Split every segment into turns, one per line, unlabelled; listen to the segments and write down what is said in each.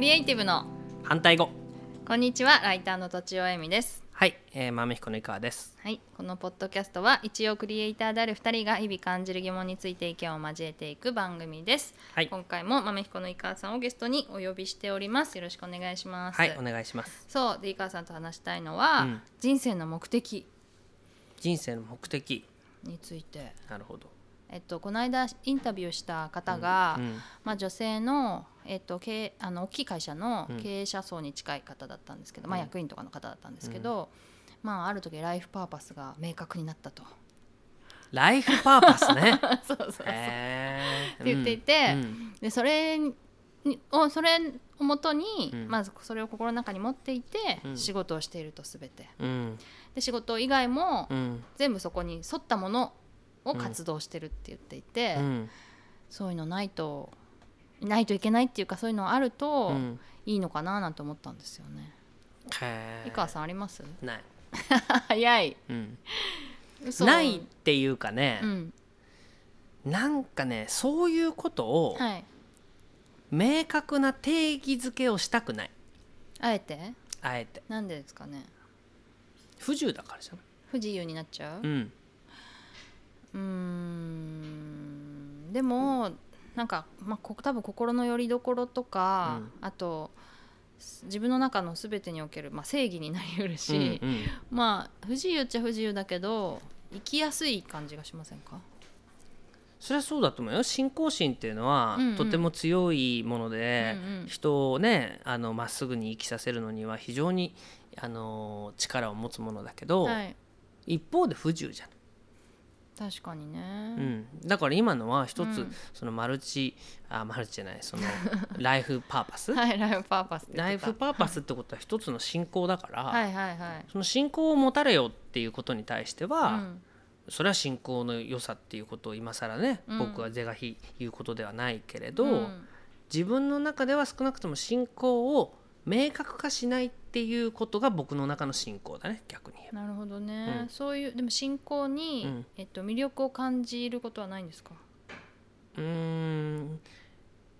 エイティブの
反対語
こんにちはライターのとちおえみです
はい、えー、豆彦の井川です
はいこのポッドキャストは一応クリエイターである二人が日々感じる疑問について意見を交えていく番組です、
はい
今回も豆彦の井川さんをゲストにお呼びしておりますよろしくお願いします
はいお願いします
そうで井川さんと話したいのは、
うん
人生の目的
人生の目的
について
なるほど
えっとこの間インタビューした方が、
うん
まあ、女性の,、えっと、経営あの大きい会社の
うん
経営者層に近い方だったんですけど、まあ、
うん
役員とかの方だったんですけど、まあ、ある時ライフパーパスが明確になった と。
ライフパーパス ね
そうそうそう
へー
って言っていて
うんうん
でそれにをそれをもとに、
うん
まずそれを心の中に持っていて、
うん
仕事をしていると全て
うん
で仕事以外も、
うん
全部そこに沿ったものを活動してるって言っていて、
うん
そういうのないとないといけないっていうかそういうのあると、
うん
いいのかななんて思ったんですよね。
へー
井川さんあります？
ない、
早い。
うん、
嘘
ないっ。ていうかね
う、ん。
なんかねそういうことを
はい。
明確な定義づけをしたくない
あえて？
あえて
なんでですかね。
不自由だからじゃない
不自由になっちゃう？
う
うんーん。でも、なんかまあこ多分心の拠り所とか、
うん
あと自分の中のすべてにおけるまあ正義になりうるし、
うんうん
まあ不自由っちゃ不自由だけど生きやすい感じがしませんか？
それはそうだと思うよ信仰心っていうのは、
うんうん
とても強いもので、
うんうん
人をねあのまっすぐに生きさせるのには非常にあの力を持つものだけど、
はい。
一方で不自由じゃない、
確かにね。
うん、だから今のは一つ、
うん
そのマルチあマルチじゃない そのライフパーパス、
はい、ライフパーパスって言っ
ライ
てた。
フパーパスってことは一つの信仰だから、
はいはいはい。
その信仰を持たれよっていうことに対しては、
うん
それは信仰の良さっていうことを今更ね、
うん
僕は是が非言うことではないけれど、
うん
自分の中では少なくとも信仰を明確化しないっていうことが僕の中の信仰だね逆に言えば
なるほどね、
うん
そういうでも信仰に、
うん
えっと、魅力を感じることはないんですか
うーん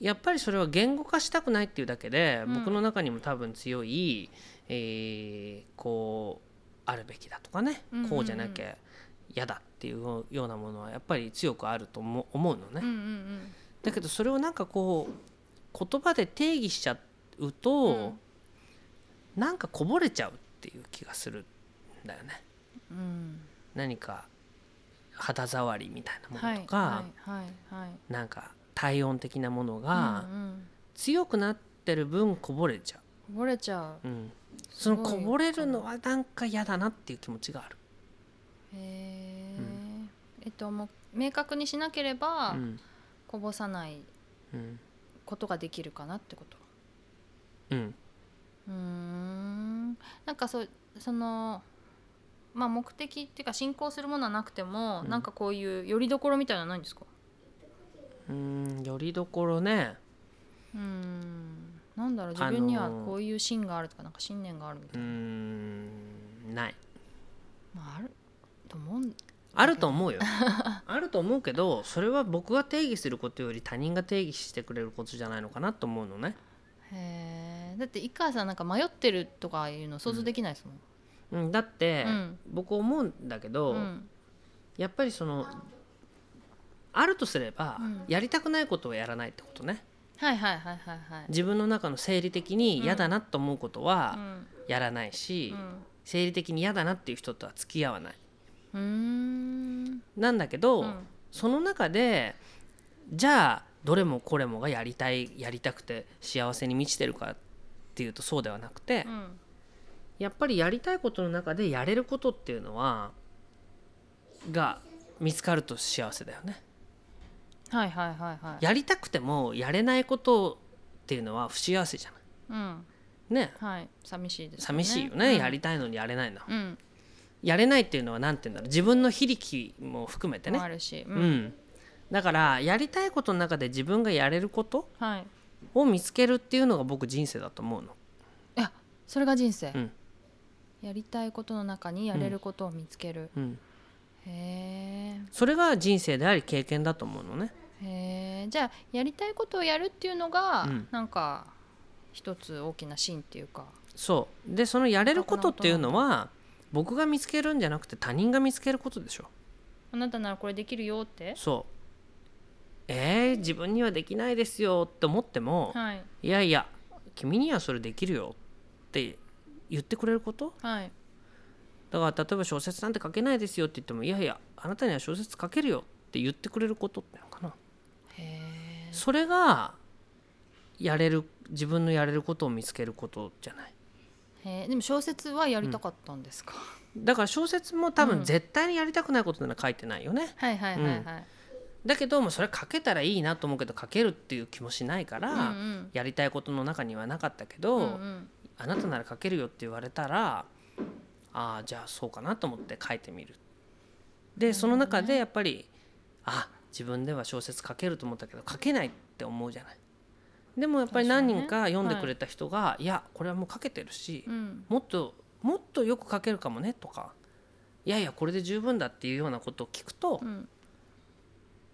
やっぱりそれは言語化したくないっていうだけで、
うん
僕の中にも多分強い、えーこうあるべきだとかね、
うんうんうん
こうじゃなきゃ嫌だっていうようなものはやっぱり強くあると思う思うのね、
うんうん
だけどそれをなんかこう言葉で定義しちゃうと、なんかこぼれちゃうっていう気がするんだよね
うんうん
何か肌触りみたいなも
はい
のとか、
はいはいはい
なんか体温的なものが
うんうん、
強くなってる分こぼれちゃ
こぼれちゃう
う、うん、その
すごい
こぼれるのはなんか嫌だなっていう気持ちがある、
へえ、
う
えっともう明確にしなければ、
うん
こぼさない
うん
ことができるかなってこと
うん
うーんなんかそうそのまあ目的っていうか信仰するものはなくても、
うん
なんかこういうよりどころみたいなのはないんですか
うんよりどころね
うーんなんだろう自
あのー
分にはこういう芯があるとかなんか信念があるみ
う
たいな、
んない
まあ、あると思うん
あると思うよあると思うけどそれは僕が定義することより他人が定義してくれることじゃないのかなと思うのね、
へえだって井川さんなんか迷ってるとかいうの想像できないですもん、
うん、だって、
うん
僕思うんだけど、
うん
やっぱりそのあるとすれば、
うん
やりたくないことをやらないってことね
はいはいはいはいはい
自分の中の生理的に嫌だなと思うこと
う
は
ん
やらないし、
うん
生理的に嫌だなっていう人とは付き合わないう
ーん
なんだけど、
うん
その中でじゃあどれもこれもがやりたいやりたくて幸せに満ちてるかっていうとそうではなくて、
うん
やっぱりやりたいことの中でやれることっていうのはが見つかると幸せだよね。
はいはいはいはい
やりたくてもやれないことっていうのは不幸せじゃない。
うん
ね
はい寂しいですよね
寂しいよね、
うん
やりたいのにやれないの。
うん
やれないっていうのは何て言うんだろう自分の非力も含めて
も
ね
あ。るしう
うんん、だからやりたいことの中で自分がやれること
はい
を見つけるっていうのが僕人生だと思うの。
いやそれが人生
うん
やりたいことの中にやれることを見つける
うん、
へえ
それが人生であり経験だと思うのね。
へえじゃあやりたいことをやるっていうのが、
うん
なんか一つ大きなシーンっていうか
そうでそのやれることっていうのは僕が見つけるんじゃなくて他人が見つけることでしょ
あなたならこれできるよって
そうえー、自分にはできないですよって思っても、
はい
いやいや君にはそれできるよって言ってくれること
はい
だから例えば小説なんて書けないですよって言ってもいやいやあなたには小説書けるよって言ってくれることってのかな
へえ
それがやれる自分のやれることを見つけることじゃない
へえでも小説はやりたかったんですか、
だから小説も多
う
分
ん
絶対にやりたくないことなら書いてないよね、
はいはいはいはい、
だけどもうそれ書けたらいいなと思うけど書けるっていう気もしないから、
うんうん
やりたいことの中にはなかったけ
う
ど、
んうん
あなたなら書けるよって言われたらああじゃあそうかなと思って書いてみるでその中でやっぱりあ自分では小説書けると思ったけど書けないって思うじゃないでもやっぱり何人か読んでくれた人が、い、やこれはもう書けてるし、
うん
もっともっとよく書けるかもねとかいやいやこれで十分だっていうようなことを聞くと、
うん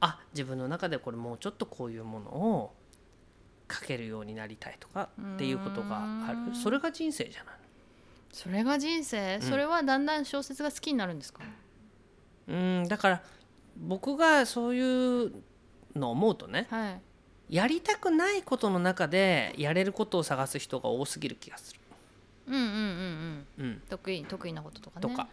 あ自分の中でこれもうちょっとこういうものを書けるようになりたいとかっていうことがあ
うーん
るそれが人生じゃない
それが人生、
ん
それはだんだん小説が好きになるんですか
うんだから僕がそういうのを思うとね
はい
やりたくないことの中でやれることを探す人が多すぎる気がする。
うんうんうんうん
うん
得意得意なこととかね
とか、
うんうんうん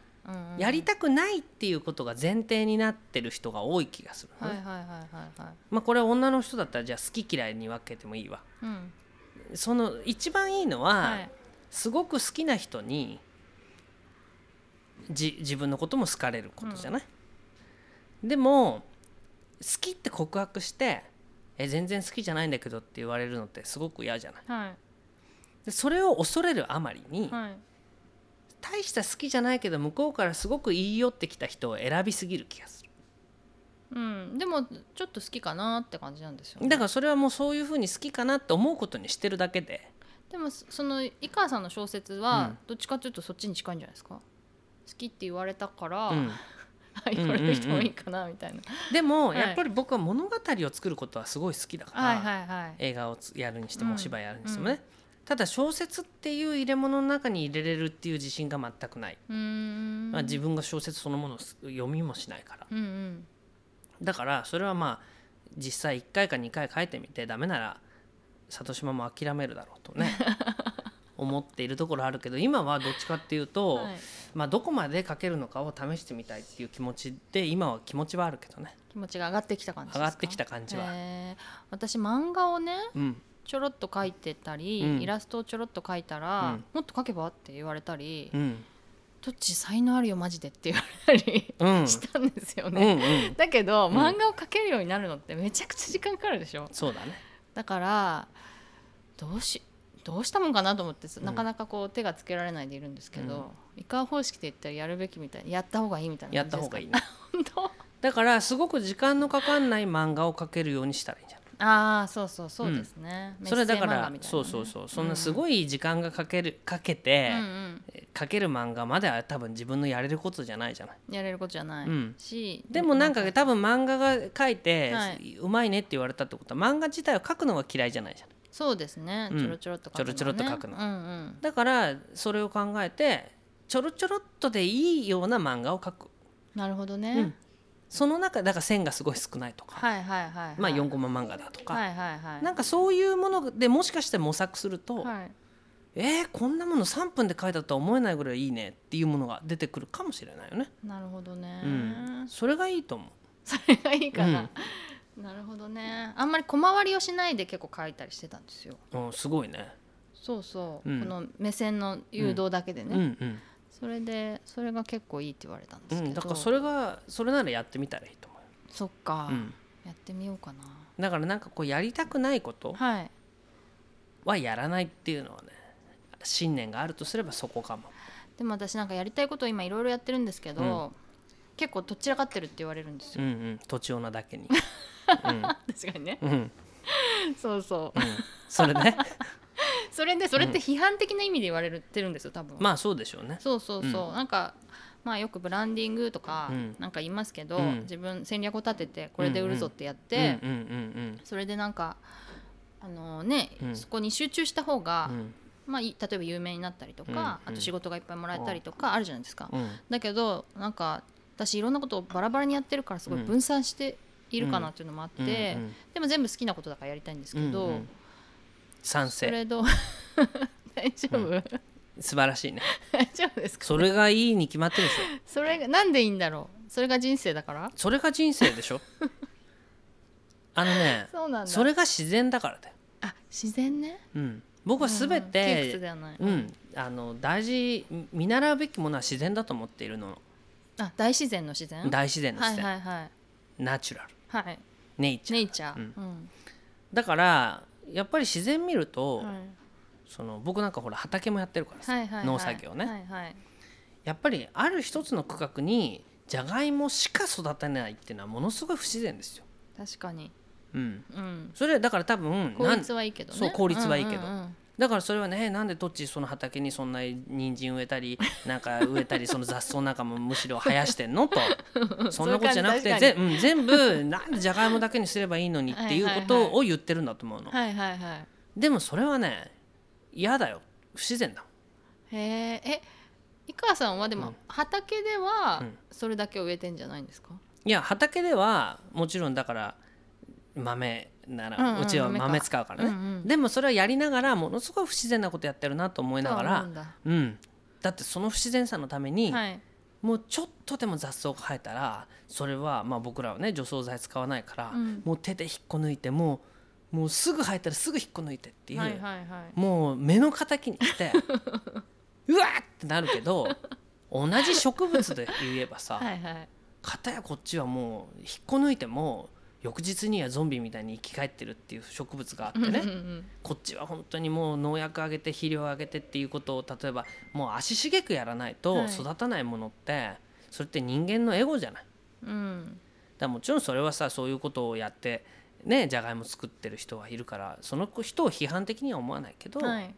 やりたくないっていうことが前提になってる人が多い気がするの
はい
ね、
はいはいはいはい
まあ、これは女の人だったらじゃあ好き嫌いに分けてもいいわ。
うん
その一番いいのは、
はい
すごく好きな人にじ自分のことも好かれることじゃない、でも好きって告白して「え全然好きじゃないんだけど」って言われるのってすごく嫌じゃない
はい
でそれを恐れるあまりに、
はい
大した好きじゃないけど向こうからすごく言い寄ってきた人を選びすぎる気がする
うんでもちょっと好きかなって感じなんですよ、ね、
だからそれはもうそういうふうに好きかなって思うことにしてるだけで
でもそその井川さんの小説
う
は
ん
どっちかというとそっちに近いんじゃないですか好きって言われたから、
うん
はいこれの人もいいかなみたいな、
でも
はい
やっぱり僕は物語を作ることはすごい好きだから、
はいはいはい
映画をつやるにしても
うん
お芝居やるにしてもね、ただ小説っていう入れ物の中に入れれるっていう自信が全くない、
うーん
まあ、自分が小説そのものを読みもしないから
うんうん
だからそれはまあ実際1回か2回書いてみてダメなら里島も諦めるだろうと ね思っているところあるけど今はどっちかっていうと、
はい、
まあ、どこまで書けるのかを試してみたいっていう気持ちで今は気持ちはあるけどね
気持ちが上がってきた感じです
上
か
がってきた感じはある。
へー私漫画をね
うん
ちょろっと描いてたり、
うん
イラストをちょろっと描いたら、
うん
もっと描けばって言われたり、
うん
どっち才能あるよマジでって言われたり
うん
したんですよ
う
ね、
んうん
だけど
ん
漫画を描けるようになるのってめちゃくちゃ時間かかるでしょ
そうだね
だからどうしどうしたもんかなと思って、
ん
なかなかこう手がつけられないでいるんですけど、イカ方式で言ったらやるべきみたいなやった方がいいみたい
や
な
っ
感じですか
た方がいいね
本
だからすごく時間のかかんない漫画を描けるようにしたらいいんじゃない
当ああそうそうそうですね、メッ
それはだか
セージ漫画
ら、
みたいな
そ
ね
うそうそうそんなすごい時間がかけるかけて
うん、うん
描ける漫画までは多分自分のやれることじゃないじゃない。
やれることじゃない
うん
し、
でもなんか
う
多分漫画が描いて、
は
うまいねって言われたってことは漫画自体を描くのが嫌いじゃないじゃない。
そうですね
うん
ちょろちょろっと書くの、ね
ちょろちょろっと書くの
うんうん
だからそれを考えてちょろちょろっとでいいような漫画を描く。
なるほどね、
うんその中だから線がすごい少ないとか、
はいはいはい、はい、
まあ4コマ漫画だとか、
はいはいはい
なんかそういうものでもしかして模索すると、
はい、
えー、こんなもの3分で書いたとは思えないぐらいいいねっていうものが出てくるかもしれないよね。
なるほどね、
うん、それがいいと思う。
それがいいかな、なるほどねあんまり小回りをしないで結構書いたりしてたんですよ
うん、すごいね。
そうそう、
うん
この目線の誘導だけでね、
うん
それでそれが結構いいって言われたんで
う
す
ん、う
けど、
ん、だからそれがそれならやってみたらいいと思
そっか、
う。うん、
やってみようかな
だからなんかこうやりたくないこと
はい
はやらないっていうのはね、信念があるとすればそこかも。
でも私なんかやりたいことを今いろいろやってるんですけど、結構どちらかってるって言われるんです
うん
よ、
うん、土地女だ けに。
確かにね
うん、うん、
そうそう
うん、それね。
それでそれって批判的な意味で言われてるんですよ多分、
まあそうでしょうね。
そうそうそう、
うん
なんかまあよくブランディングとか
うん
なんか言いますけど、
うん
自分戦略を立ててこれで売るぞってやって、
うんうんうん
それでなんかああのね、
うん
そこに集中した方が、
うん
まあ、い例えば有名になったりとか、
うんうん
あと仕事がいっぱいもらえたりとかあるじゃないですか。
うん
だけどなんか私いろんなことをバラバラにやってるからすごい
うん
分散しているかなっていうのもあって、
うんうん
でも全部好きなことだからやりたいんですけど、
うんうん賛
そ
成
れ どう大丈夫、
う素晴らしいね
大丈夫ですか
それがいいに決まってるでしょ
それがなんでいいんだろうそれが人生だから
それが人生で しょあのね
そうなんだ
それが自然だからだよ、
あ自然ね
うん、僕は全
うん窮
て
屈ではない、
うん、あの大事見習うべきものは自然だと思っているの
あ大自然の自然
大自然の
は
自
い
然、
はいはい
ナチュラル
はい
ネイチャー、
ネイチャー、
う
うんん
だからやっぱり自然見ると、
はい
その僕なんかほら畑もやってるからさ、
はいはいはい
農作業ね、
はいはい
やっぱりある一つの区画にじゃがいもしか育てないっていうのはものすごい不自然ですよ、
確かに
うん、
うん
それだから多分
効
なん
率はいいけどね
そう効率はいいけど
うんうんうん
だからそれはねなんでどっちその畑にそんなに人参植え たりなんか植えたりその雑草なんかもむしろ生やしてん のとそんなことじゃなく
そ
て
ういう感じ
ぜ、うん、全部なんでじゃがいもだけにすればいいのにっていうこ
はいはい
と
は
を言ってるんだと思うの、
はいはいはい
でもそれはね嫌だよ不自然だもん
へええ井川さんはでも、
うん畑
畑で
う
は
ん
それだけを植えてんじゃないんですか、
いや畑ではもちろんだから豆なら、う
うんうん
ちは
豆か
豆使うからね、
うんうん
でもそれはやりながらものすごい不自然なことやってるなと思いなが
そう
ら
んだ
うんだってその不自然さのために、
はい
もうちょっとでも雑草が生えたらそれはまあ僕らはね除草剤使わないから、
うん
もう手で引っこ抜いてもうもうすぐ生えたらすぐ引っこ抜いてっていう、
はいはいはい
もう目の敵 にしてうわーってなるけど同じ植物で言えばさ、
はいはい
片やこっちはもう引っこ抜いても翌日にはゾンビみたいに生き返ってるっていう植物があってね、
うんうん
こっちは本当にもう農薬あげて肥料あげてっていうことを例えばもう足しげくやらないと
はい
育たないものって、それって人間のエゴじゃないだか
うんうん
らもちろんそれはさそういうことをやってねじゃがいも作ってる人はいるからその人を批判的には思わないけど、
はい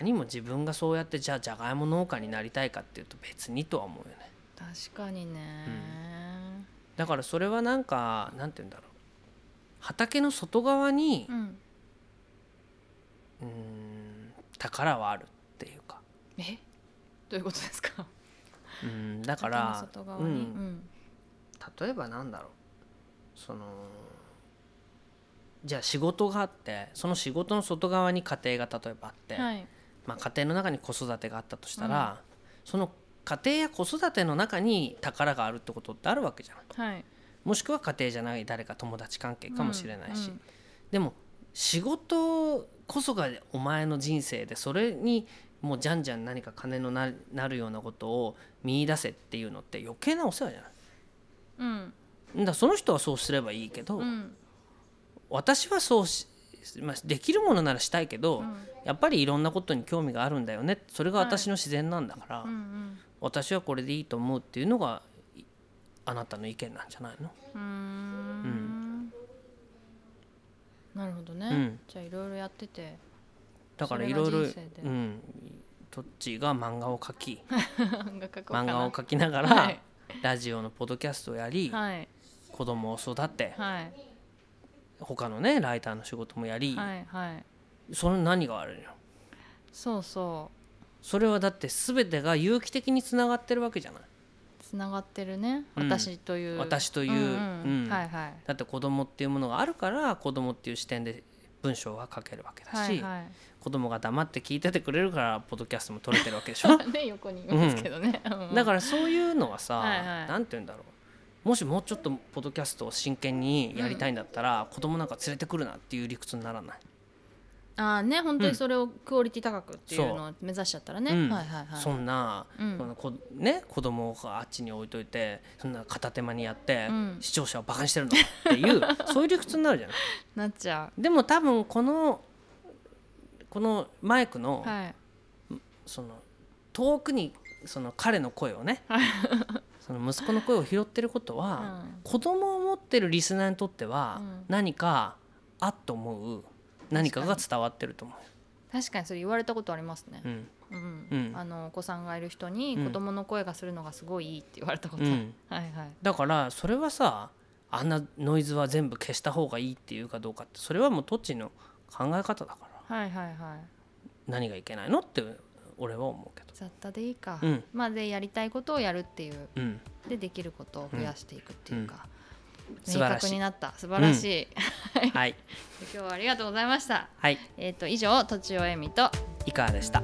何も自分がそうやってじゃあじゃがいも農家になりたいかっていうと別にとは思うよね
確かにね、
だからそれはなんかなんて言うんだろう畑の外側に
うん
うーん宝はあるっていうか
えどういうことですか
うんだか
畑の
ら
外側に、う
うん
ん
例えばなんだろうそのじゃあ仕事があってその仕事の外側に家庭が例えばあって、
はい
まあ、家庭の中に子育てがあったとしたら、その家庭や子育ての中に宝があるってことってあるわけじゃない
はい
もしくは家庭じゃない誰か友達関係かもしれないし、
うん
でも仕事こそがお前の人生でそれにもうじゃんじゃん何か金のななるようなことを見出せっていうのって余計なお世話じゃない
うん
だからその人はそうすればいいけど、
うん
私はそうし、まあ、できるものならしたいけど、
うん
やっぱりいろんなことに興味があるんだよねそれが
はい
私の自然なんだから、
うんうん
私はこれでいいと思うっていうのがいあなたの意見なんじゃないの
うーんなるほどね、
うん
じゃあいろいろやってて
だからいろ
そ
いろ、
れが人生
う
で
ん、どっちが漫画を描き
漫画描こうか
漫
な
画を描きながら、
はい
ラジオのポッドキャストをやり、
はい
子供を育て、
はい
他のねライターの仕事もやり、
はいはい
その何が悪いの
そうそう
それはだって全てが有機的につながってるわけじゃない
つながってるね、
うん
私という
私という
うんうん
うん
はいはい
だって子供っていうものがあるから子供っていう視点で文章が書けるわけだし、
はいは
子供が黙って聞いててくれるからポッドキャストも撮れてるわけ でしょ
いね横にいますけどね、うん
だからそういうのはさ
はいはい
なんて言うんだろうもしもうちょっとポッドキャストを真剣にやりたいんだったら、子供なんか連れてくるなっていう理屈にならない、
ああね本当にそれをクオリティ高くっていうのを目指しちゃったらね、
うん
はいはいはい
そんな、
うん
そのこね、子供をあっちに置いといてそんな片手間にやって、
うん
視聴者をバカにしてるのって いうそういう理屈になるじゃない
なっちゃ
でも多分このこのマイクの、
うはい
その遠くにその彼の声をねその息子の声を拾ってることは、
うん
子供を持ってるリスナーにとっては、
うん
何かあっと思う何かが伝わってると思
確かにそれ言われたことありますね
う、う、ん
うん
うん
あのお子さんがいる人に
うん
子供の声がするのがすごいいいって言われたこと、
うん
はいはい
だからそれはさあんなノイズは全部消した方がいいっていうかどうかってそれはもうトッチの考え方だから
はいはいはい
何がいけないのって俺は思うけど
雑多でいいか、
うん
まあでやりたいことをやるっていう
うん
でできることを増やしていくっていうか、明
素晴ら
確
し
に
い
なった素晴らしい、
はい
今日はありがとうございました
はい
えっ、と以上とちおえみと
いかがでした